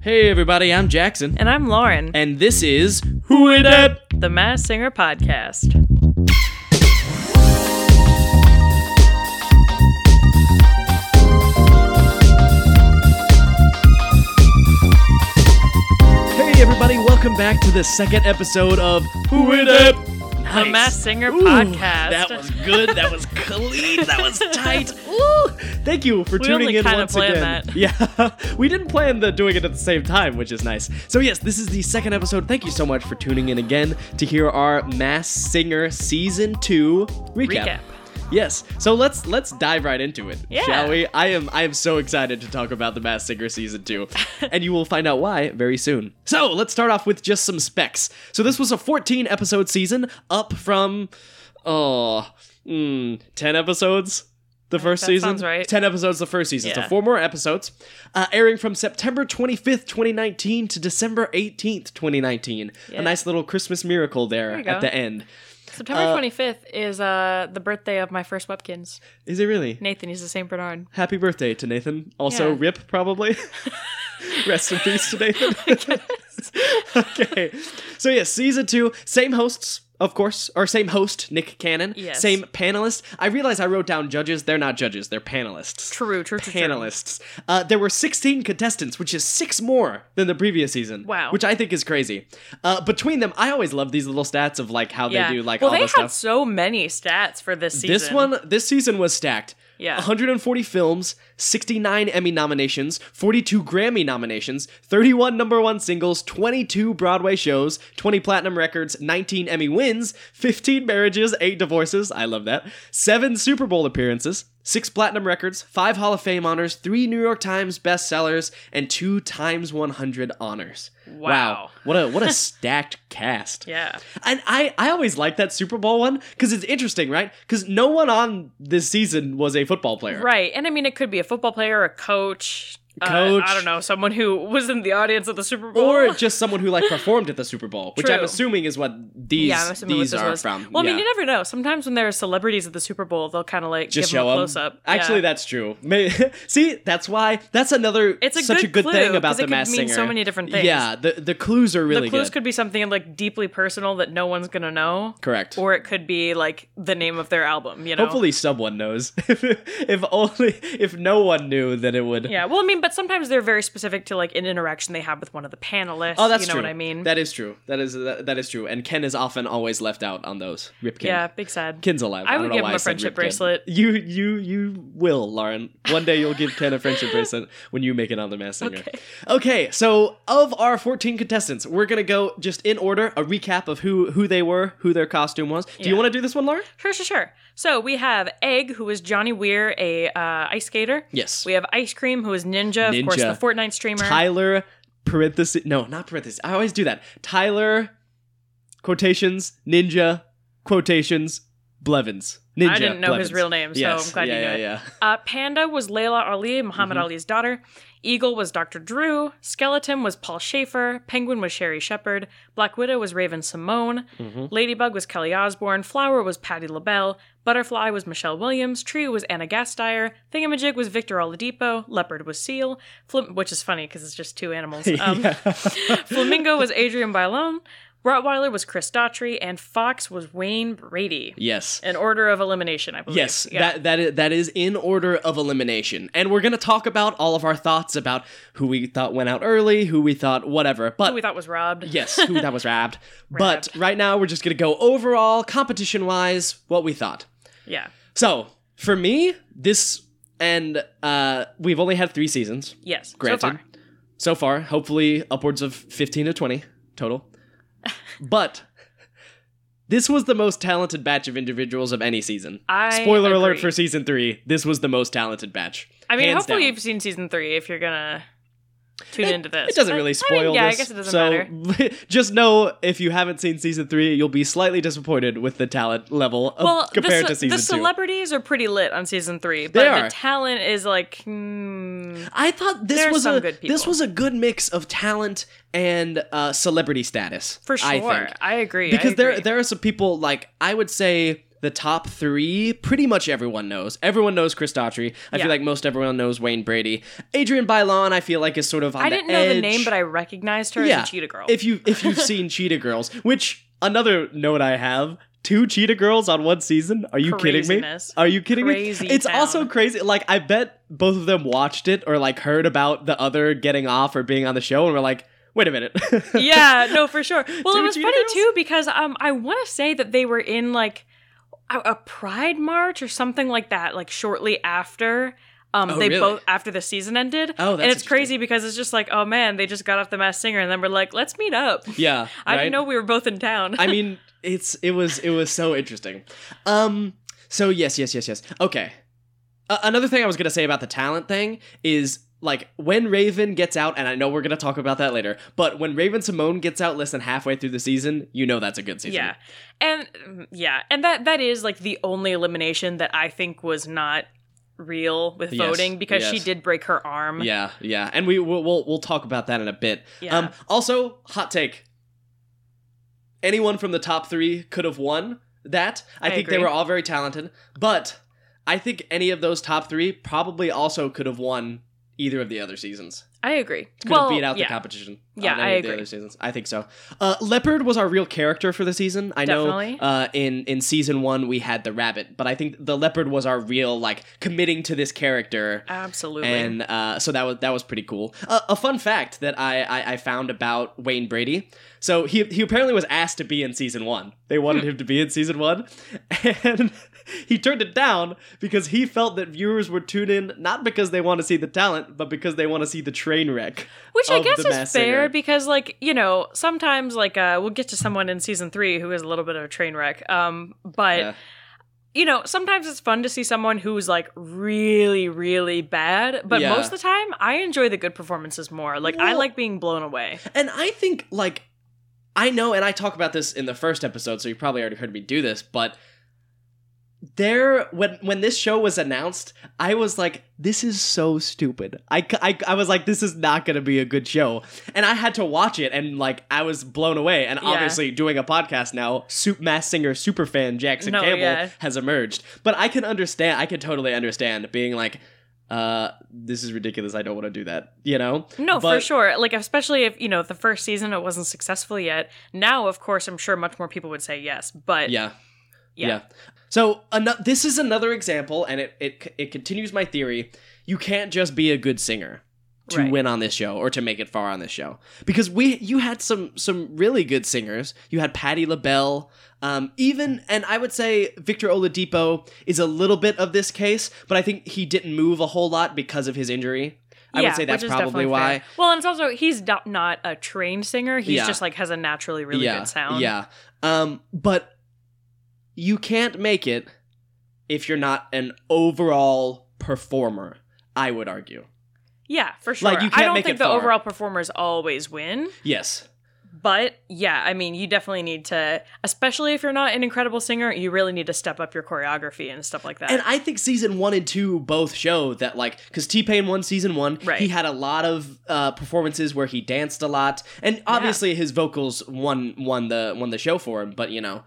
Hey everybody, I'm Jackson. And I'm Lauren, And this is Who It Up? the Mass Singer Podcast. Hey everybody, welcome back to the second episode of Who It Up? The Nice. Mass Singer Ooh, Podcast. That was good. That was clean. That was tight. Ooh, thank you for tuning only in kinda once planned again. Yeah, we didn't plan the doing it at the same time, which is nice. So yes, this is the second episode. Thank you so much for tuning in again to hear our Mass Singer Season Two Recap. Yes. So let's let's dive right into it, Yeah. shall we? I am I am so excited to talk about the Mass Singer season two, and you will find out why very soon. So let's start off with just some specs. So this was a 14 episode season, up from oh mm, 10 episodes. The first that season, sounds right. 10 episodes the first season, so Yeah. four more episodes, uh, airing from September 25th, 2019 to December 18th, 2019. Yeah. A nice little Christmas miracle there, you at go. the end. September 25th is uh, the birthday of my first Webkins. Is it really? Nathan, he's the St. Bernard. Happy birthday to Nathan. Also, Yeah. Rip, probably. Rest in peace to Nathan. okay. So, yes, season two, same hosts, of course, or same host, Nick Cannon. Yes. Same panelist. I realize I wrote down judges. They're not judges, they're panelists. True, true, true. true. Panelists. Uh, there were 16 contestants, which is six more than the previous season. Wow. Which I think is crazy. Uh, between them, I always love these little stats of like how Yeah. they do like well, all they the had stuff. so many stats for this season. This one, this season was stacked. Yeah. 140 films, 69 Emmy nominations, 42 Grammy nominations, 31 number one singles, 22 Broadway shows, 20 platinum records, 19 Emmy wins, 15 marriages, 8 divorces. I love that. 7 Super Bowl appearances, 6 platinum records, 5 Hall of Fame honors, 3 New York Times bestsellers, and 2 Times 100 honors. Wow. What a what a stacked cast. Yeah. And I, I always like that Super Bowl one because it's interesting, right? Because no one on this season was a football player. Right. And I mean, it could be a football player, a coach. uh, Coach. I don't know, someone who was in the audience at the Super Bowl. Or just someone who like performed at the Super Bowl, which I'm True. assuming is what these yeah, I'm assuming what these this are was. from. Well, I mean, Yeah. you never know. Sometimes when there are celebrities at the Super Bowl, they'll kind of like just give show them a up. close up. Actually, Yeah. that's true. May- See, that's why that's another It's a such good a good clue, thing about 'cause the it could mass mean so Singer. many different things. Yeah, the the clues are really the clues good. could be something like deeply personal that no one's gonna know. Correct. Or it could be like the name of their album. You know. Hopefully, someone knows. if, if only if no one knew, then it would. Yeah. Well, I mean, but sometimes they're very specific to like an interaction they have with one of the panelists. Oh, that's you know true. what I mean. That is true. That is that, that is true. And Ken is often always left out on those. Rip Ken. yeah. Big sad. Ken's alive. I don't would know give why him a I said friendship Rip Ken. bracelet. You you you will, Lauren. One day you'll give Ken a friendship bracelet when you make it on the Mass Singer. Okay. so of our 14 contestants, we're gonna go just in order, a recap of who who they were, who their costume was. Do you Yeah. wanna do this one, Lauren? Sure, sure, sure. So we have Egg, who is Johnny Weir, a uh, ice skater. Yes. We have Ice Cream, who is Ninja, of course, the Ninja. Fortnite streamer. Tyler parenthesis no, not parenthesis. I always do that. Tyler quotations ninja quotations Blevins. Ninja. I didn't know his Blevins. real name, so Yes. I'm glad yeah, you knew yeah, Mm-hmm. it. yeah. Uh, Panda was Layla Ali, Muhammad Ali's daughter. Eagle was Dr. Drew. Skeleton was Paul Schaefer. Penguin was Sherry Shepard. Black Widow was Raven Simone. Ladybug was Kelly Osbourne. Flower was Patti LaBelle. Butterfly was Michelle Williams. Tree was Anna Gasteyer. Thingamajig was Victor Oladipo. Leopard was Seal. Flim- which is funny because it's just two animals. Um, Flamingo was Adrian Bailon. Rottweiler was Chris Daughtry. And Fox was Wayne Brady. Yes. An order of elimination, I believe. Yes, Yeah. that that is, that is in order of elimination, and we're gonna talk about all of our thoughts about who we thought went out early, who we thought whatever. But Who we thought was robbed. yes, who that was rabbed. But right now, we're just gonna go overall competition wise what we thought. Yeah. So for me, this and uh, we've only had three seasons Yes. Granted. So far. so far. Hopefully, upwards of fifteen to twenty total. but this was the most talented batch of individuals of any season. I Spoiler alert agree. for season three. This was the most talented batch. I mean, Hands hopefully down. you've seen season three if you're gonna tune into this. It doesn't But, really I mean, spoil yeah, this, I guess it doesn't so matter. just know if you haven't seen season three, you'll be slightly disappointed with the talent level of, Well, compared the, to ce- season the two. celebrities are pretty lit on season three, but They are. the talent is like, hmm, I thought There this are was some a good people. this was a good mix of talent and uh, celebrity status for sure. I think. agree I because there agree. there are some people like I would say the top three, pretty much everyone knows. Everyone knows Chris Daughtry. I Yeah. feel like most everyone knows Wayne Brady. Adrian Bylon, I feel like, is sort of on I the didn't know the edge. name, but I recognized her as a cheetah girl. If you if you've seen Cheetah Girls, which another note I have, two Cheetah Girls on one season. Are you kidding me? Uh, Craziness. Are you kidding Crazy me? It's town. also crazy. Like I bet both of them watched it or like heard about the other getting off or being on the show and were like, wait a minute. Oh, yeah, no, for sure. Well, Two it was cheetah funny girls? too because um, I want to say that they were in like a, a pride march or something like that, like shortly after. Um, Oh, they really? both after the season ended. Oh, that's and it's crazy because it's just like, oh man, they just got off the Masked Singer, and then we're like, let's meet up. yeah. I right? didn't know we were both in town. I mean, it's it was it was so interesting. Um so yes, yes, yes, yes. Okay. A another thing I was going to say about the talent thing is like when Raven gets out and I know we're going to talk about that later, but when Raven Simone gets out less than halfway through the season, you know that's a good season. yeah, and mm, yeah, and that that is like the only elimination that I think was not real with Yes, voting because she yes. did break her arm. Yeah, yeah. And we we'll we'll, we'll talk about that in a bit. Yeah. Um also, hot take. Anyone from the top 3 could have won that. I, I think they agree. were all very talented, but I think any of those top 3 probably also could have won either of the other seasons. I agree. Could well, have beat out yeah. the competition. on Yeah, any I of the agree. other seasons. I think so. Uh, Leopard was our real character for the season. I Definitely. know uh, in in season one we had the rabbit, but I think the leopard was our real like committing to this character. Absolutely. And uh, so that was that was pretty cool. Uh, a fun fact that I, I I found about Wayne Brady. So he he apparently was asked to be in season one. They wanted Hmm. him to be in season one, and he turned it down because he felt that viewers would tune in not because they want to see the talent, but because they want to see the train wreck. Which I of guess the is Masked fair Singer. because, like, you know, sometimes, like, uh, we'll get to someone in season three who is a little bit of a train wreck. Um, but, Yeah. you know, sometimes it's fun to see someone who's, like, really, really bad. But Yeah. most of the time, I enjoy the good performances more. Like, I Well- like being blown away. And I think, like, I know, and I talk about this in the first episode, so you probably already heard me do this, but there when when this show was announced i was like this is so stupid I, c- I I was like this is not gonna be a good show and i had to watch it and like i was blown away and Yeah. obviously doing a podcast now soup mass singer superfan jackson No, campbell yeah. has emerged but i can understand i can totally understand being like uh this is ridiculous i don't want to do that you know No, for But- sure. Like, especially if, you know, the first season it wasn't successful yet. Now, of course, I'm sure much more people would say yes. But, yeah yeah. So ano- this is another example, and it, it it continues my theory. You can't just be a good singer to Right. win on this show or to make it far on this show because we you had some some really good singers. You had Patti LaBelle, um, even and I would say Victor Oladipo is a little bit of this case, but I think he didn't move a whole lot because of his injury. I Yeah, would say which that's is probably definitely why. fair. Well, and it's also he's do- not a trained singer. He's Yeah. just like has a naturally really yeah, good sound. Yeah. Um, but you can't make it if you're not an overall performer, I would argue. Yeah, for sure. you I can't don't make think it the far. overall performers always win, Yes. but yeah, I mean, you definitely need to, especially if you're not an incredible singer, you really need to step up your choreography and stuff like that. And I think season one and two both show that, like, because T Pain won season one, Right. he had a lot of uh, performances where he danced a lot, and obviously his vocals won won the won the show for him. But you know,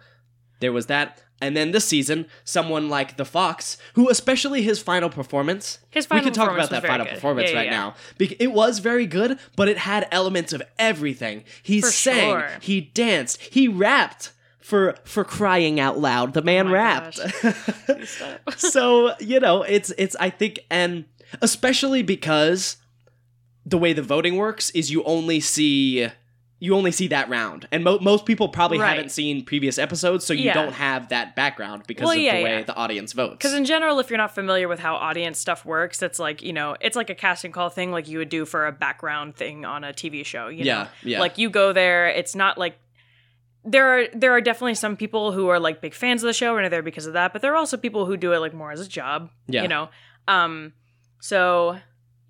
there was that, and then this season, someone like the Fox, who especially his final performance, His final we can talk performance about that was very final good. performance Yeah, yeah, right yeah. now. Bec- it was very good, but it had elements of everything. He For sang, sure. he danced, he rapped for for crying out loud. The man Oh my rapped. so you know, it's it's I think, and especially because the way the voting works is you only see you only see that round and mo- most people probably Right. haven't seen previous episodes so you Yeah. don't have that background because Well, of yeah, the way yeah. the audience votes Because in general, if you're not familiar with how audience stuff works, it's like, you know, it's like a casting call thing like you would do for a background thing on a TV show. You know? yeah yeah Like you go there, it's not like there are there are definitely some people who are like big fans of the show and are there because of that, but there are also people who do it like more as a job. yeah You know? Um so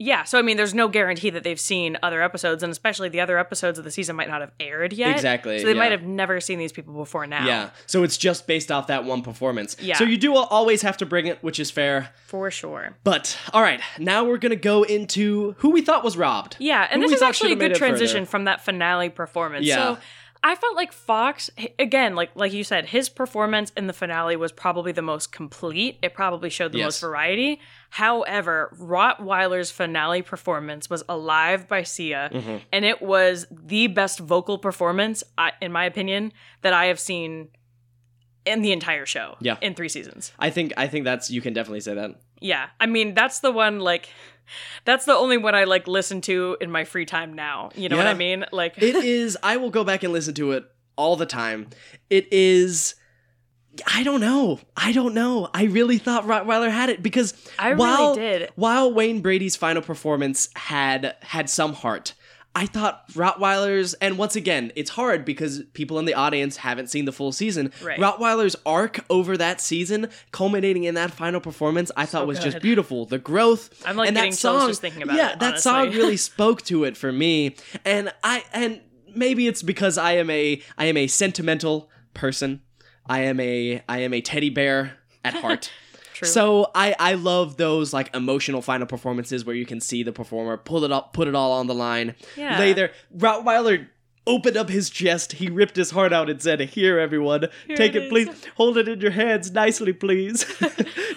yeah, so I mean there's no guarantee that they've seen other episodes, and especially the other episodes of the season might not have aired yet. exactly So they yeah. might have never seen these people before now. yeah so it's just based off that one performance Yeah. so you do al- always have to bring it which is fair For sure. but all right now we're gonna go into who we thought was robbed Yeah, and Who we this is thought actually a should've made good it further. transition from that finale performance. Yeah. So I felt like Fox h- again, like like you said, his performance in the finale was probably the most complete. It probably showed the Yes. most variety. However, Rottweiler's finale performance was alive by Sia, Mm-hmm. and it was the best vocal performance, I, in my opinion, that I have seen in the entire show. Yeah. in three seasons. I think I think that's you can definitely say that. Yeah, I mean that's the one like. That's the only one I like listen to in my free time now. You know what Yeah. I mean? Like It is I will go back and listen to it all the time. It is I don't know. I don't know. I really thought Rottweiler had it because I really while, did. While Wayne Brady's final performance had had some heart, I thought Rottweilers and once again, it's hard because people in the audience haven't seen the full season. Right. Rottweiler's arc over that season, culminating in that final performance, I thought was just good. beautiful. The growth I'm, like, and that getting chills song, just thinking about yeah, it, that honestly. song really spoke to it for me, and I and maybe it's because I am a I am a sentimental person. I am a I am a teddy bear at heart. True. So I I love those like emotional final performances where you can see the performer pull it up, put it all on the line. Yeah. Lay there. Rottweiler opened up his chest. He ripped his heart out and said, "Here, everyone, Here take it it, please. is." Hold it in your hands nicely, please.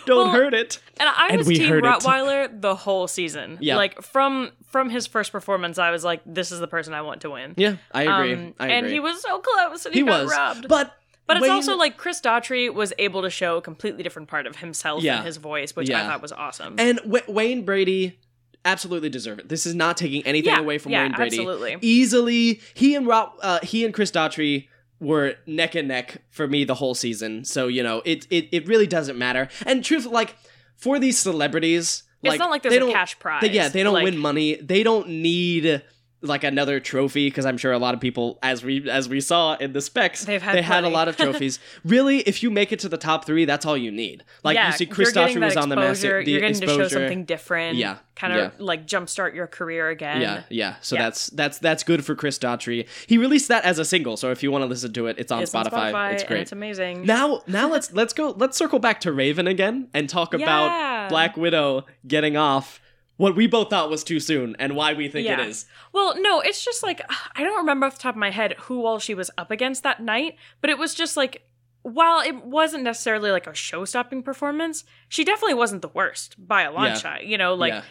Don't Well, hurt it." And I And was we Team heard it. Rottweiler the whole season. Yeah. Like from from his first performance, I was like, "This is the person I want to win." Yeah, I agree. Um, I agree. And he was so close, and he, he got was robbed. But, but it's Wayne- also like Chris Daughtry was able to show a completely different part of himself Yeah. and his voice, which Yeah. I thought was awesome. and w- Wayne Brady absolutely deserve it. This is not taking anything yeah, away from yeah, Wayne Brady. absolutely. Easily, he and Rob, uh, he and Chris Daughtry were neck and neck for me the whole season. So you know, it it, it really doesn't matter. And truth, like for these celebrities, It's like, not like they there's a don't- cash prize. they- yeah, they don't Like, win money. They don't need like another trophy because I'm sure a lot of people, as we as we saw in the specs, They've had they had a plenty. lot of trophies. really, if you make it to the top three, that's all you need. Like yeah, you see, you're Chris getting Daughtry that was on the massive. exposure, the You're getting exposure. to show something different. Yeah, Kind yeah. of like jumpstart your career again. Yeah, yeah. So Yeah. that's that's that's good for Chris Daughtry. He released that as a single, so if you want to listen to it, it's on, It's Spotify. on Spotify. It's and great. it's amazing. now now let's let's go let's circle back to Raven again and talk Yeah. about Black Widow getting off what we both thought was too soon and why we think Yeah. it is. Well, no, it's just like I don't remember off the top of my head who all she was up against that night, but it was just like while it wasn't necessarily like a show-stopping performance, she definitely wasn't the worst by a long Yeah. shot, you know, like Yeah.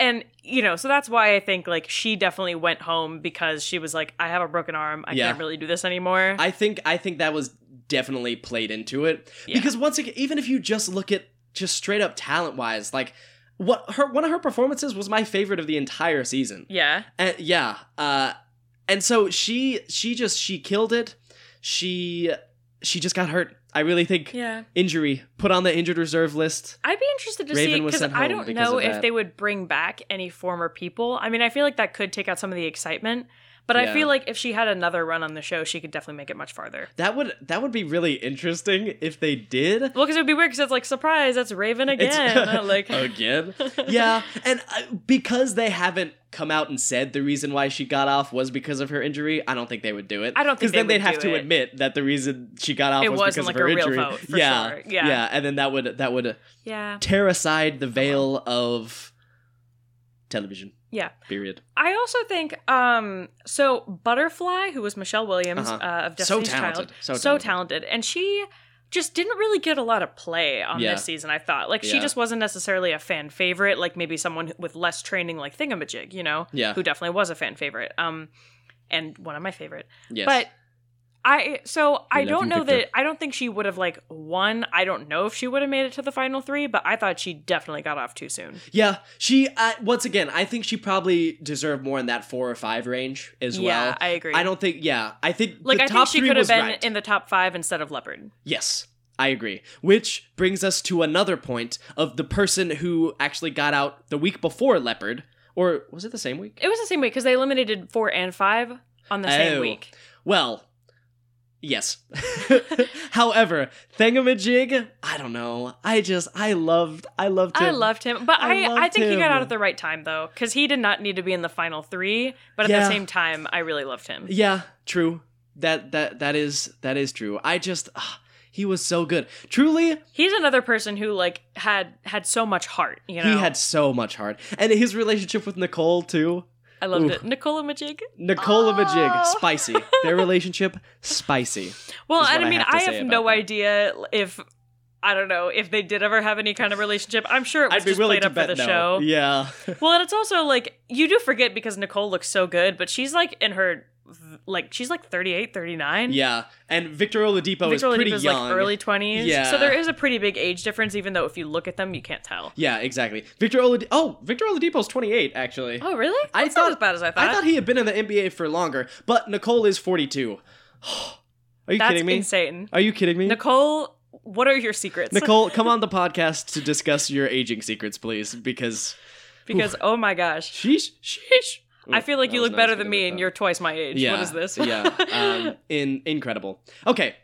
and you know, so that's why I think like she definitely went home because she was like I have a broken arm, I Yeah. can't really do this anymore. I think I think that was definitely played into it Yeah. because once again, even if you just look at just straight up talent wise, like what her one of her performances was my favorite of the entire season. yeah. And, yeah. Uh, and so she she just she killed it. She she just got hurt. I really think Yeah. injury put on the injured reserve list. I'd be interested to Raven see was because sent I home don't because know of if that. they would bring back any former people. I mean, I feel like that could take out some of the excitement, but Yeah. I feel like if she had another run on the show, she could definitely make it much farther. That would that would be really interesting if they did. Well, because it would be weird because it's like surprise, that's Raven again. It's- like, again. yeah, and uh, because they haven't come out and said the reason why she got off was because of her injury, I don't think they would do it. I don't think because then they they'd would have do to it. admit that the reason she got off It was because wasn't like of her a real injury. vote, for yeah, sure. Yeah. Uh-huh. yeah, and then that would that would yeah, tear aside the veil of television. yeah. Period. I also think um so Butterfly, who was Michelle Williams Uh-huh. uh, of So Destiny's talented. Child, So talented, and she just didn't really get a lot of play on Yeah. this season. I thought like she Yeah. just wasn't necessarily a fan favorite, like maybe someone with less training, like Thingamajig, you know, Yeah. who definitely was a fan favorite. Um, and one of my favorite. Yes. But I so We I love don't you, know Victor. that I don't think she would have like won. I don't know if she would have made it to the final three, but I thought she definitely got off too soon. yeah, she uh, once again, I think she probably deserved more in that 4 or 5 range as Yeah, well. I agree. I don't think yeah, I think like the I think top she 3 could have was been right. in the top five instead of Leopard. Yes, I agree. Which brings us to another point of the person who actually got out the week before Leopard or was it the same week? It was the same week because they eliminated four and five on the Oh. same week. Well, yes. However, Thingamajig, I don't know. I just I loved I loved him. I loved him, but I I, I, loved think he got him. out at the right time though, because he did not need to be in the final three. But at Yeah. the same time, I really loved him. Yeah, true. That that that is that is true. I just ah, he was so good. Truly, He's another person who like had had so much heart. You know, he had so much heart, and his relationship with Nicole too. I loved Ooh. it. Nicola Majig. Nicola Majig, Oh. spicy. Their relationship, spicy. Well, Is I what I mean, have to I say have about no that. idea if I don't know if they did ever have any kind of relationship. I'm sure it was I'd be just willing played to up for bet no. the show. Yeah. Well, and it's also like you do forget because Nicole looks so good, but she's like in her like she's like 38, 39. yeah. And Victor Oladipo is Victor pretty Oladipo's young. like early 20s. Yeah. So there is a pretty big age difference even though if you look at them you can't tell. Yeah, exactly. Victor Oladipo. Oh, Victor Oladipo's 28 actually. Oh, really? I That's not thought- as bad as I thought. I thought he had been in the NBA for longer, but Nicole is 42. Are you That's kidding me? insane. Are you kidding me? Nicole, what are your secrets? Nicole, come on the podcast to discuss your aging secrets, please, because because oh my gosh. sheesh, sheesh. I feel like That you was look not better as good than as me I and thought. you're twice my age. Yeah, What is this? yeah, um, in incredible. Okay,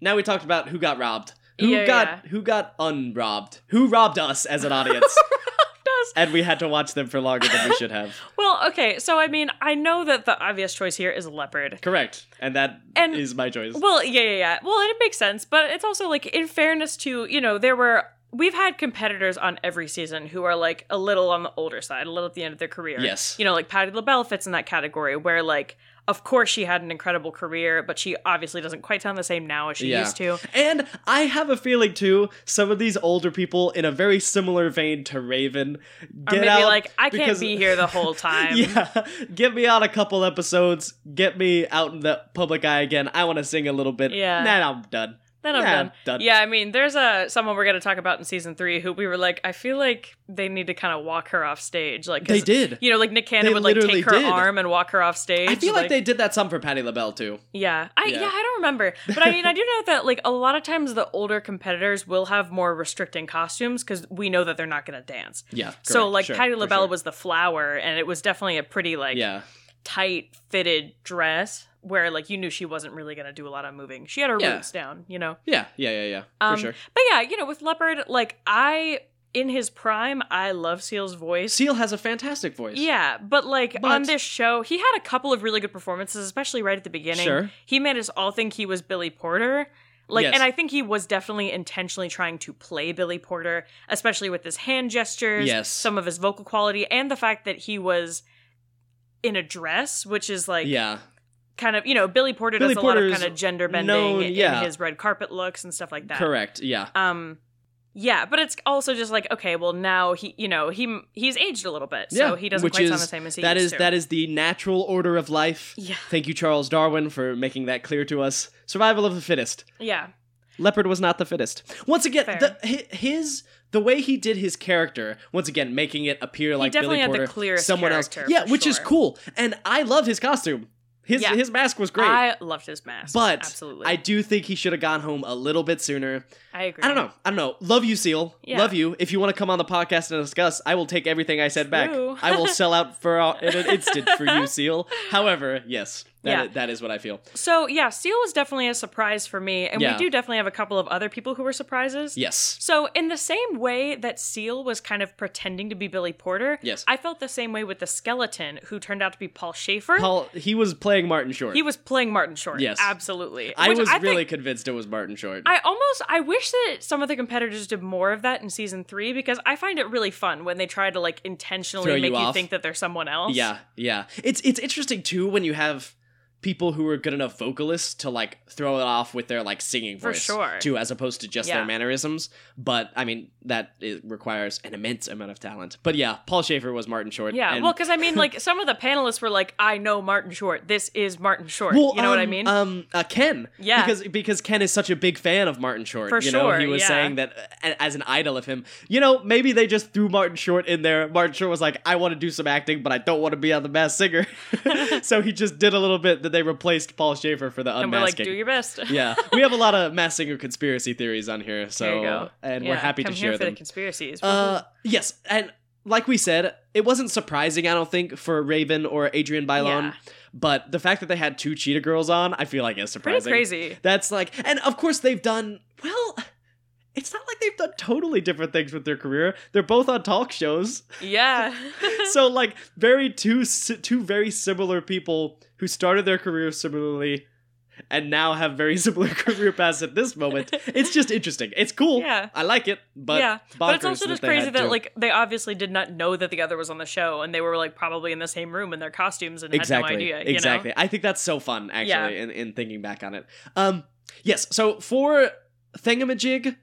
now we talked about who got robbed, who Yeah, got yeah. who got unrobbed, who robbed us as an audience, Does- and we had to watch them for longer than we should have. Well, okay. So I mean, I know that the obvious choice here is leopard. Correct, and that is And- my choice. Well, yeah, yeah, yeah. Well, and it makes sense, but it's also like in fairness to, you know, there were we've had competitors on every season who are like a little on the older side, a little at the end of their career. Yes. You know, like Patti LaBelle fits in that category where like of course she had an incredible career, but she obviously doesn't quite sound the same now as she Yeah. used to. And I have a feeling too, some of these older people, in a very similar vein to Raven, Or get maybe out like I can't because- be here the whole time. yeah, get me on a couple episodes, get me out in the public eye again. I want to sing a little bit. Yeah. then I'm done. Then I'm Yeah, done. done. Yeah, I mean, there's a someone we're gonna talk about in season three who we were like, I feel like they need to kind of walk her off stage, like 'cause, They did. You know, like Nick Cannon They would like literally take her did. arm and walk her off stage. I feel like, they did that some for Patty LaBelle too. yeah, I Yeah. yeah. I don't remember, but I mean, I do know that like a lot of times the older competitors will have more restricting costumes because we know that they're not gonna dance. Yeah. so correct, like sure, Patti for LaBelle sure. was the flower, and it was definitely a pretty like Yeah. tight fitted dress where like you knew she wasn't really gonna do a lot of moving. She had her Yeah. roots down, you know. Yeah. Yeah. Yeah. Yeah. Um, for sure. But yeah, you know, with Leopard, like I in his prime, I love Seal's voice. Seal has a fantastic voice. yeah, but like But- on this show, he had a couple of really good performances, especially right at the beginning. Sure. He made us all think he was Billy Porter. Like Yes. and I think he was definitely intentionally trying to play Billy Porter, especially with his hand gestures, Yes. some of his vocal quality, and the fact that he was in a dress, which is like yeah. kind of you know, Billy Porter Billy does a lot Porter's of kind of gender bending known- in yeah. his red carpet looks and stuff like that. Correct. Yeah. Um yeah, but it's also just like okay, well now he you know, he he's aged a little bit, yeah. so he doesn't Which quite is, sound the same as he That used is to. that is the natural order of life. Yeah. Thank you, Charles Darwin, for making that clear to us. Survival of the fittest. Yeah. Leopard was not the fittest. Once again, Fair. the, hi- his the way he did his character, once again, making it appear like definitely Billy had the Porter, clearest someone else. character, Yeah, for which is sure. cool, and I love his costume. His Yeah. his mask was great. I loved his mask. but absolutely. I do think he should have gone home a little bit sooner. I agree. I don't know. I don't know. Love you, Seal. Yeah. Love you. If you want to come on the podcast and discuss, I will take everything I said back. True. I will sell out for all, in an instant for you, Seal. However, yes, that Yeah. that is what I feel. So yeah, Seal was definitely a surprise for me, and Yeah. we do definitely have a couple of other people who were surprises. Yes. So in the same way that Seal was kind of pretending to be Billy Porter, Yes. I felt the same way with the skeleton who turned out to be Paul Schaefer. Paul, he was playing Martin Short. he was playing Martin Short. Yes. absolutely. I Which was think- really convinced it was Martin Short. I almost I wish that some of the competitors did more of that in season three because I find it really fun when they try to like intentionally Throw you make you, off. think that they're someone else. yeah, yeah. It's it's interesting too when you have people who are good enough vocalists to like throw it off with their like singing For voice sure. too, as opposed to just Yeah. their mannerisms. But I mean that it requires an immense amount of talent. But yeah, Paul Schaefer was Martin Short. Yeah, and- well, because I mean, like some of the panelists were like, "I know Martin Short. This is Martin Short." Well, you know what I um, mean? Um, uh, Ken. Yeah. Because because Ken is such a big fan of Martin Short. For you know, sure, he was yeah. saying that uh, as an idol of him. You know, maybe they just threw Martin Short in there. Martin Short was like, I want to do some acting, but I don't want to be on the Masked Singer. so he just did a little bit that they replaced Paul Schaefer for the and we're like, unmasking. "Do your best." yeah, we have a lot of Masked Singer conspiracy theories on here, so There you go. and Yeah, we're happy come to here share for them. the conspiracies. Uh, yes, and like we said, it wasn't surprising, I don't think, for Raven or Adrian Bylon, Yeah. but the fact that they had two Cheetah Girls on, I feel like is pretty surprising. crazy. That's like, and of course they've done well. It's not like they've done totally different things with their career. They're both on talk shows, Yeah, so like very two si- two very similar people who started their career similarly, and now have very similar career paths at this moment. It's just interesting. It's cool. Yeah. I like it. But yeah, but it's bonkers also just they crazy had that to. like they obviously did not know that the other was on the show, and they were like probably in the same room in their costumes and exactly had no idea. you know? exactly. I think that's so fun actually Yeah. in, in thinking back on it. Um yes, so for Thingamajig,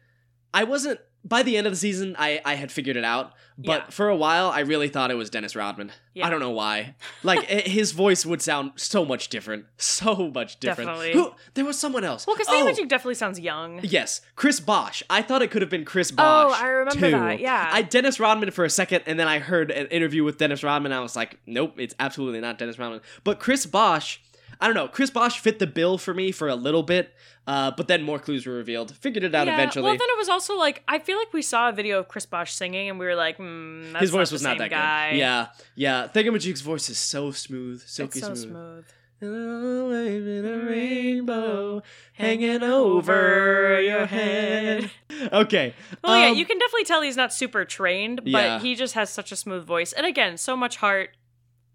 I wasn't by the end of the season I I had figured it out, but Yeah. for a while I really thought it was Dennis Rodman. Yeah. I don't know why. Like i- his voice would sound so much different, so much different. Definitely. Who there was someone else. Well, because Oh, Thingamajig definitely sounds young. Yes, Chris Bosch. I thought it could have been Chris Oh, Bosch. I remember too. that, yeah. I Dennis Rodman for a second, and then I heard an interview with Dennis Rodman. And I was like, nope, it's absolutely not Dennis Rodman. But Chris Bosch, I don't know. Chris Bosch fit the bill for me for a little bit, uh, but then more clues were revealed. Figured it out Yeah, eventually. Well, then it was also like I feel like we saw a video of Chris Bosch singing, and we were like, mm, that's His voice not was the not that same guy. good. Yeah, yeah. Thingamajig's voice is so smooth, silky it's so smooth. Hello, wave in a rainbow hanging over your head. Okay. Well, yeah, um, you can definitely tell he's not super trained, but Yeah. he just has such a smooth voice, and again, so much heart.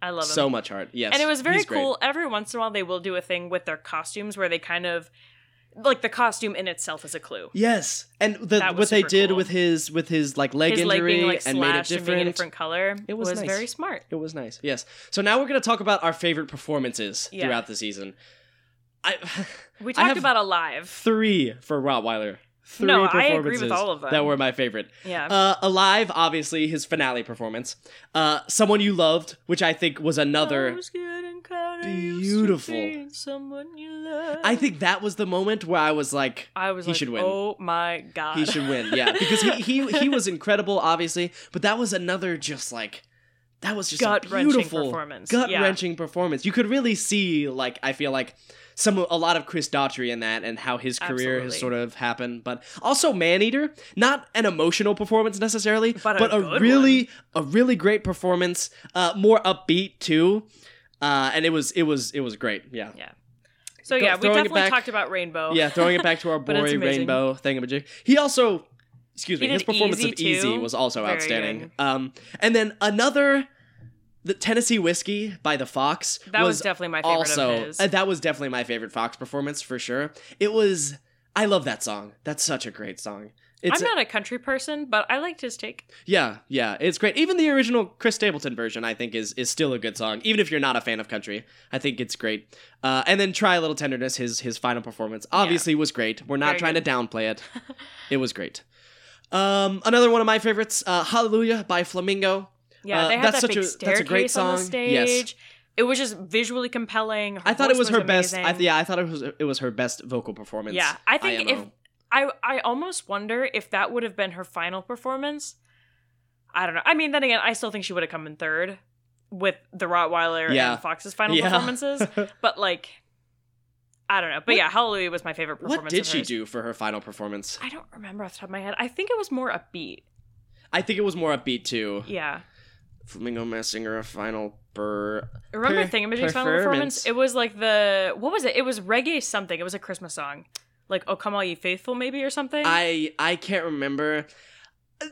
I love him. so much heart. Yes. and it was very he's great. cool. Every once in a while, they will do a thing with their costumes where they kind of like the costume in itself is a clue. Yes, and the, That was what they super did cool. with his with his like leg His leg injury being like and made it slashed and different. being a different color It was nice. very smart. It was nice. Yes. So now we're gonna talk about our favorite performances Yeah. throughout the season. I We I talked have about alive. three for Rottweiler. Three No, I performances agree with all of them. that were my favorite. Yeah. Uh, Alive, obviously, his finale performance. Uh, Someone You Loved, which I think was another. Beautiful. I think that was the moment where I was like, I was he like, should win. oh my god, he should win. Yeah, because he he he was incredible, obviously, but that was another just like that was just a Gut-wrenching beautiful performance. gut wrenching performance. You could really see like I feel like some a lot of Chris Daughtry in that and how his career has Absolutely. sort of happened, but also Maneater, not an emotional performance necessarily, but, But a a, good really a really great performance, uh, more upbeat too. Uh, and it was it was it was great. Yeah. Yeah. So Go- yeah, we throwing it definitely back- talked about Rainbow. Yeah, throwing it back to our But it's boy amazing. Rainbow thingamajig. He also, excuse He me, his did performance Easy, of Easy too. was also Very outstanding. good. Um, and then another, the Tennessee Whiskey by the Fox that was, definitely my favorite also of his. uh, that was definitely my favorite Fox performance for sure. It was. I love that song. That's such a great song. It's I'm not a country person, but I liked his take. yeah, yeah, it's great. Even the original Chris Stapleton version, I think, is is still a good song, even if you're not a fan of country. I think it's great. Uh, and then try a little tenderness. His his final performance obviously was great. We're not Very trying to downplay it. it was great. Um, another one of my favorites, uh, "Hallelujah" by Flamingo. Yeah, Uh, they had that's that such big a- that's a staircase great on the song. Yes. stage. It was just visually compelling. Her I thought it voice was, her best. I, amazing. yeah, I thought it was it was her best vocal performance. Yeah, I think IMO. if I I almost wonder if that would have been her final performance. I don't know. I mean, then again, I still think she would have come in third with the Rottweiler Yeah. and Fox's final Yeah. performances, but like I don't know. But What- yeah, Hallelujah was my favorite performance. what did of she hers. do for her final performance? I don't remember off the top of my head. I think it was more upbeat. I think it was more upbeat too. Yeah. Flamingo Messinger, a final burr. Remember Per- Thingamajig's final performance. performance? It was like the what was it? It was reggae something. It was a Christmas song, like "Oh Come All Ye Faithful" maybe or something. I I can't remember.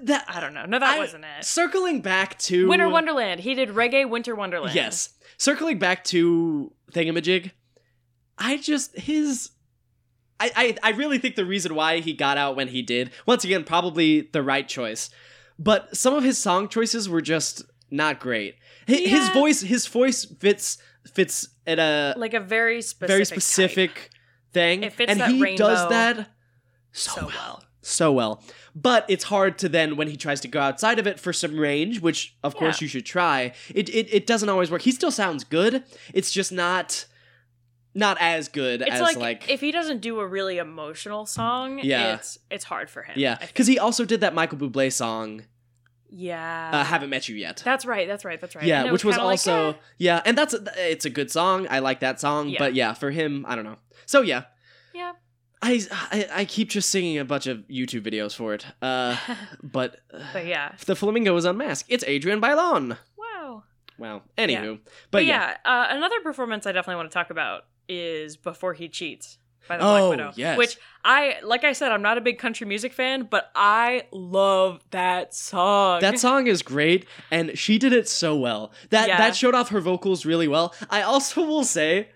That I don't know. No, that I- wasn't it. Circling back to Winter Wonderland. He did reggae Winter Wonderland. Yes, circling back to Thingamajig. I just his. I, I I really think the reason why he got out when he did once again probably the right choice, but some of his song choices were just not great. His, his Yeah. voice his voice fits fits at a like a very specific, very type. specific thing, It fits and that he does rainbow that so, so well. well. so well. But it's hard to then when he tries to go outside of it for some range, which of Yeah. course you should try. It, it it doesn't always work. He still sounds good. It's just not not as good It's as like, like, if he doesn't do a really emotional song, Yeah. it's it's hard for him. yeah, I think. because he also did that Michael Bublé song yeah. uh, "Haven't Met You Yet." that's right. That's right. That's right. yeah, And it which was kinda like, also eh. yeah, and that's a, it's a good song. I like that song, Yeah. but yeah, for him, I don't know. So yeah, yeah. I, I I keep just singing a bunch of YouTube videos for it. Uh, but uh, But yeah. the flamingo is unmasked. It's Adrian Bailon. Wow. Wow. Anywho, Yeah. but, But, yeah. yeah, uh, another performance I definitely want to talk about is "Before He Cheats" by the Oh, Black Widow. yes. Which I, like I said, I'm not a big country music fan, but I love that song. That song is great, and she did it so well. That Yeah. that showed off her vocals really well. I also will say,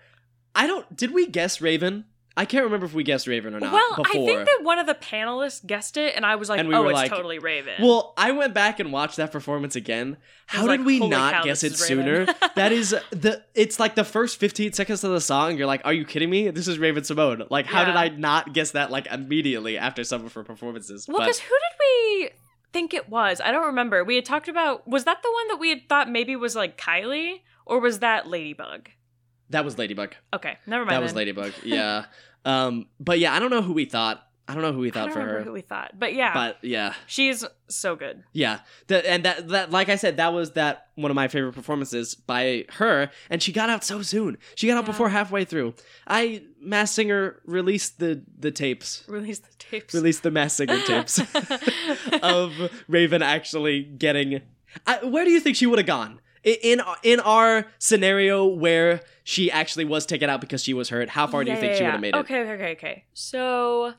I don't. Did we guess Raven? I can't remember if we guessed Raven or not. well, before. I think that one of the panelists guessed it, and I was like, And we "Oh, were it's like- totally Raven." Well, I went back and watched that performance again. I was How like, did we "Holy not cow, guess it this is Raven." sooner? that is the it's like the first 15 seconds of the song you're like, "Are you kidding me? This is Raven Simone." Like how did Yeah. I not guess that like immediately after some of her performances? well, But- because who did we think it was? I don't remember. We had talked about was that the one that we had thought maybe was like Kylie, or was that Ladybug? that was Ladybug. Okay, never mind. That was then. Ladybug. Yeah. um but yeah, I don't know who we thought. I don't know who we I thought don't for remember her. who we thought, but yeah, But yeah. she's so good. Yeah, that and that that like I said, that was that one of my favorite performances by her, and she got out so soon. She got out Yeah. before halfway through. I Mass Singer released the the tapes, Release the tapes. released the Mass Singer tapes of Raven actually getting. I, where do you think she would have gone I- in in our scenario where she actually was taken out because she was hurt? How far do you Yeah, think yeah, she would yeah. have made it? Okay, okay, okay, okay. So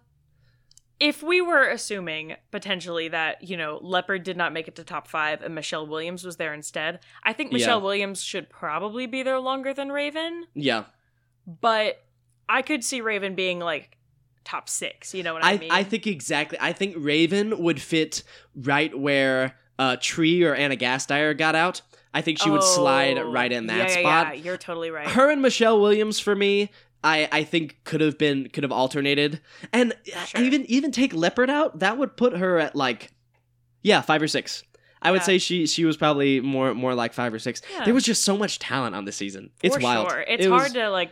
if we were assuming potentially that, you know, Leopard did not make it to top five and Michelle Williams was there instead, I think Yeah. Michelle Williams should probably be there longer than Raven, Yeah, but I could see Raven being like top six, you know what I, I mean? I think exactly. I think Raven would fit right where uh, Tree or Anna Gasteyer got out. I think she would slide Oh, right in that yeah, yeah, spot. Yeah, you're totally right. Her and Michelle Williams for me, I, I think could have been could have alternated, and uh, Sure. even even take Leopard out. That would put her at like, yeah, five or six. I would Yeah. say she she was probably more more like five or six. Yeah. There was just so much talent on this season. It's For wild. Sure. It's It was- hard to like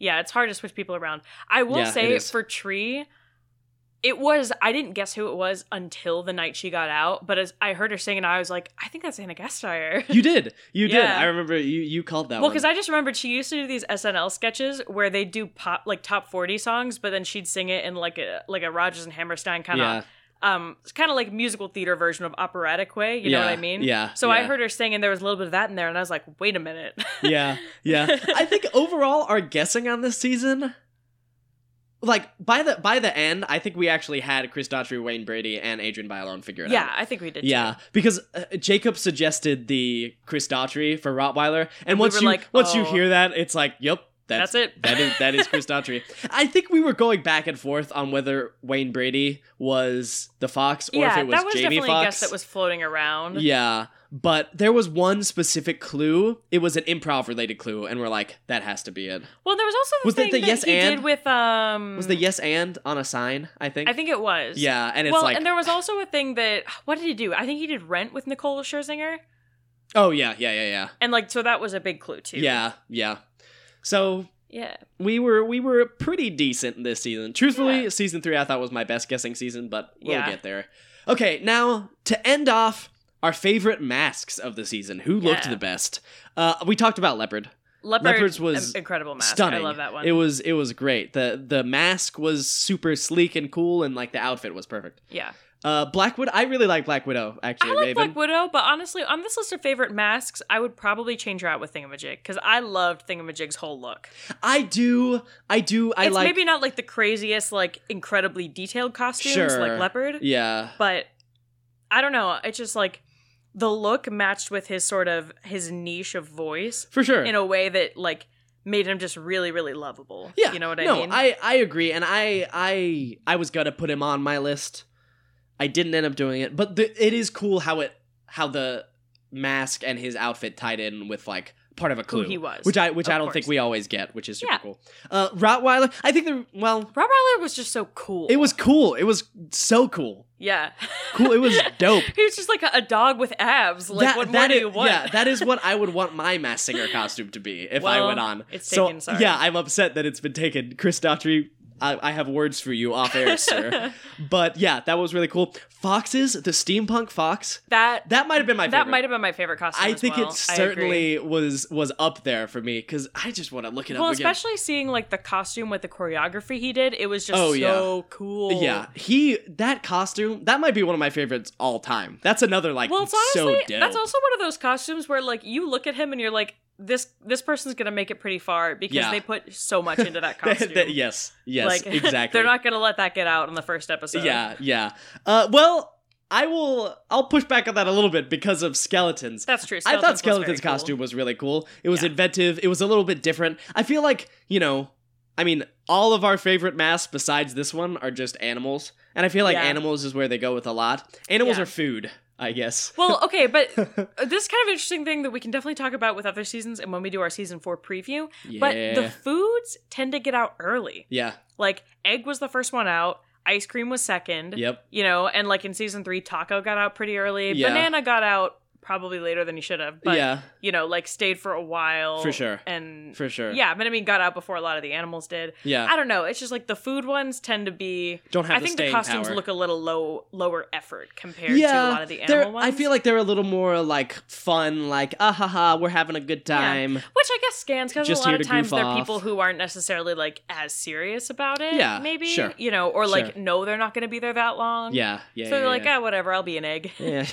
yeah, it's hard to switch people around. I will Yeah, it say is. for Tree, it was I didn't guess who it was until the night she got out, but as I heard her singing, I was like, I think that's Anna Gasteyer. You did. You did. Yeah. I remember you you called that Well, one. because I just remembered she used to do these SNL sketches where they do pop like top forty songs, but then she'd sing it in like a like a Rogers and Hammerstein kind of yeah. um it's kind of like musical theater version of operatic way. You know what I Yeah, mean? yeah, So I yeah. heard her sing, and there was a little bit of that in there, and I was like, wait a minute. yeah, yeah. I think overall our guessing on this season like by the by the end, I think we actually had Chris Daughtry, Wayne Brady, and Adrian Bialone figure it yeah, out. I think we did. too. Yeah, because uh, Jacob suggested the Chris Daughtry for Rottweiler, and we once were you like, once you oh. hear that, it's like, yep, that's, That's it. That is that is Chris Daughtry. I think we were going back and forth on whether Wayne Brady was the fox or if it was that was Jamie definitely Fox. a guess that was floating around. Yeah, but there was one specific clue. It was an improv related clue, and we're like, that has to be it. Well, there was also the Was that thing the that yes he did and? with um. Was the yes and on a sign? I think. I think it was. Yeah, and it's well, like, and there was also a thing that what did he do? I think he did Rent with Nicole Scherzinger, oh yeah, yeah, yeah, yeah, and like so that was a big clue too. yeah, yeah. So yeah. we were we were pretty decent this season. Truthfully, Yeah. season three I thought was my best guessing season, but we'll Yeah. get there. Okay, now to end off our favorite masks of the season. Who looked Yeah. the best? Uh, we talked about leopard. Leopard, Leopards was an incredible mask. stunning. I love that one. It was it was great. the The mask was super sleek and cool, and like the outfit was perfect. yeah, Uh, Black Widow. I really like Black Widow. Actually, I like Raven. Black Widow, but honestly, on this list of favorite masks, I would probably change her out with Thingamajig because I loved Thingamajig's whole look. I do. I do. I it's like. maybe not like the craziest, like incredibly detailed costumes Sure. like Leopard, yeah. but I don't know. It's just like the look matched with his sort of his niche of voice For sure. in a way that like made him just really, really lovable. yeah. you know what I no, mean? I I agree, and I I I was gonna put him on my list. I didn't end up doing it, but the, it is cool how it how the mask and his outfit tied in with like part of a who clue, he was. which I which Of I don't course. think we always get, which is super Yeah. cool. Uh, Rottweiler. I think the well. Rob Reiner was just so cool. It was cool. It was so cool. yeah, Cool. It was dope. he was just like a, a dog with abs. Like what more that do is- you want? Yeah, that is what I would want my mass singer costume to be if I Well, went on. it's so, taken, sorry. Yeah, I'm upset that it's been taken. Chris Daughtry, I, I have words for you off air, sir. But yeah, that was really cool. Foxes, the steampunk fox. that That might have been my favorite. that might have been my favorite costume. I as think well. it I agree. certainly was was up there for me because I just want to look it Well, up again. especially seeing like the costume with the choreography he did, it was just Oh, yeah. so cool. Yeah, he that costume that might be one of my favorites all time. That's another like Well, it's so honestly dope. that's also one of those costumes where like you look at him and you're like this this person's gonna make it pretty far because Yeah. they put so much into That- that costume. that- yes, yes, like exactly. they're not gonna let that get out on the first episode. Yeah, yeah. Uh, well, I will. I'll push back on that a little bit because of skeletons. That's true. I thought was very Skeleton's cool. costume was really cool. It was Yeah. inventive. It was a little bit different. I feel like, you know, I mean, all of our favorite masks besides this one are just animals. And I feel like Yeah. animals is where they go with a lot. Animals Yeah. are food, I guess. Well, okay, but this is kind of interesting thing that we can definitely talk about with other seasons and when we do our season four preview. But yeah. the foods tend to get out early. yeah. Like egg was the first one out, ice cream was second. Yep. You know, and like in season three, taco got out pretty early. Yeah. Banana got out probably later than he should have. But yeah. you know, like stayed for a while. For sure. And For sure. yeah, but I mean got out before a lot of the animals did. Yeah. I don't know. It's just like the food ones tend to be Don't have I the think the staying costumes power. look a little low lower effort compared to a lot of the they're- animal ones. I feel like they're a little more like fun, like ah ha ha, we're having a good time. Which I guess scans because a Just lot here of to times goof they're off. people who aren't necessarily like as serious about it. Yeah, maybe sure. you know, or like Sure. no, they're not going to be there that long. Yeah, yeah. Um, so they're yeah, like, yeah. ah, whatever, I'll be an egg. Yeah.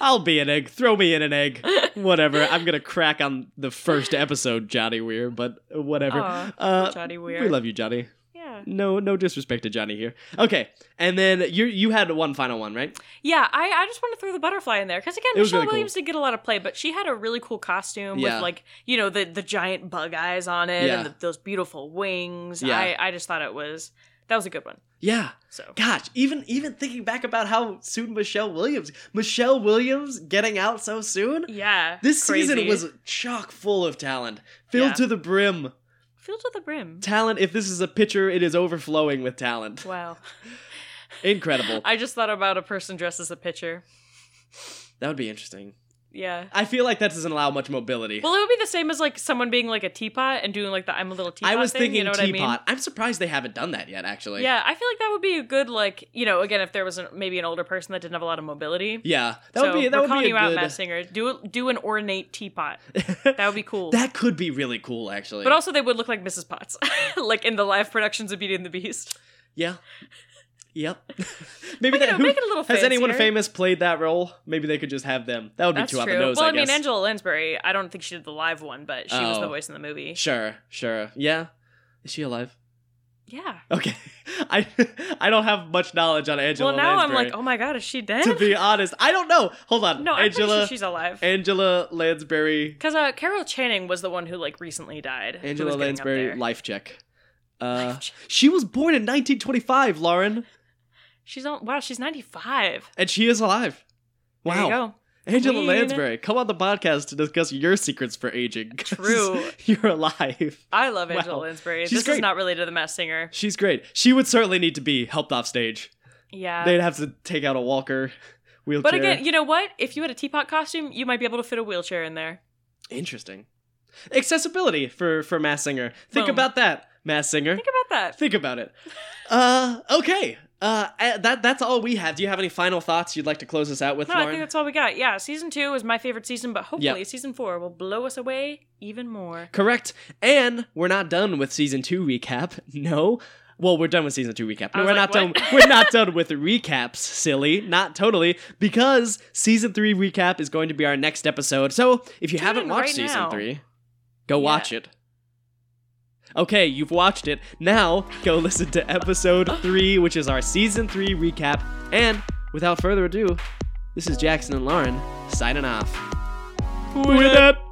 I'll be an egg. Throw me in an egg. Whatever. I'm gonna crack on the first episode, Johnny Weir, but whatever. Aw, uh, Johnny Weir. we love you, Johnny. yeah, No, no disrespect to Johnny here. Okay, and then you you had one final one, right? yeah. I, I just want to throw the butterfly in there because again, It was Michelle really cool. Williams did get a lot of play, but she had a really cool costume Yeah. with like you know the the giant bug eyes on it Yeah. and the, those beautiful wings. Yeah. I I just thought it was that was a good one. Yeah. So Gosh, even even thinking back about how soon Michelle Williams, Michelle Williams getting out so soon. yeah, This season crazy. was chock full of talent, filled Yeah. to the brim. filled to the brim. Talent. If this is a picture, it is overflowing with talent. Wow. Incredible. I just thought about a person dressed as a pitcher. that would be interesting. Yeah. I feel like that doesn't allow much mobility. Well, it would be the same as like someone being like a teapot and doing like the I'm a little teapot. I was thing, thinking you know what teapot. I mean? am surprised they haven't done that yet. Actually. Yeah, I feel like that would be a good like you know again if there was an, maybe an older person that didn't have a lot of mobility. Yeah. That so would be that we're would calling be a you out, good. Matt Singer. Do do an ornate teapot. That would be cool. that could be really cool, actually. but also, they would look like Mrs. Potts, like in the live productions of Beauty and the Beast. yeah. Yep. Maybe Make it that. a- who- make it a little has anyone fancier. famous played that role? Maybe they could just have them. That would be That's too true. on the nose. well, I, I guess. mean, Angela Lansbury. I don't think she did the live one, but she was Oh. the voice in the movie. Sure. Sure. Yeah. Is she alive? Yeah. Okay. I I don't have much knowledge on Angela. well, now I'm Lansbury, like, oh my god, is she dead? to be honest, I don't know. Hold on. no, I'm pretty Angela. sure she's alive. Angela Lansbury Because uh, Carol Channing was the one who like recently died. who Angela was getting up Lansbury, there. life check. Uh, Life ch- she was born in 1925, Lauren, she's on. Wow, she's ninety five. and she is alive. There you Wow. go. Angela Queen. Lansbury, come on the podcast to discuss your secrets for aging. 'cause True. You're alive. I love Wow. Angela Lansbury. She's this great. is not related to the mass singer. She's great. She would certainly need to be helped off stage. Yeah. They'd have to take out a walker, wheelchair. but again, you know what? If you had a teapot costume, you might be able to fit a wheelchair in there. interesting. Accessibility for for Mass Singer. Think Boom. about that, Mass Singer. Think about that. Think about it. Uh, okay. Uh, uh, that that's all we have. Do you have any final thoughts you'd like to close us out with, No, I Lauren? think that's all we got. Yeah, season two is my favorite season, but hopefully Yep. season four will blow us away even more. Correct. And we're not done with season two recap. No. Well, we're done with season two recap. I No, was we're like, not what? done. We're not done with recaps, silly. Not totally, because season three recap is going to be our next episode. So if you Tune haven't in watched right season now. three, go watch it. Okay, you've watched it. Now go listen to episode three, which is our season three recap. And without further ado, this is Jackson and Lauren signing off. With it.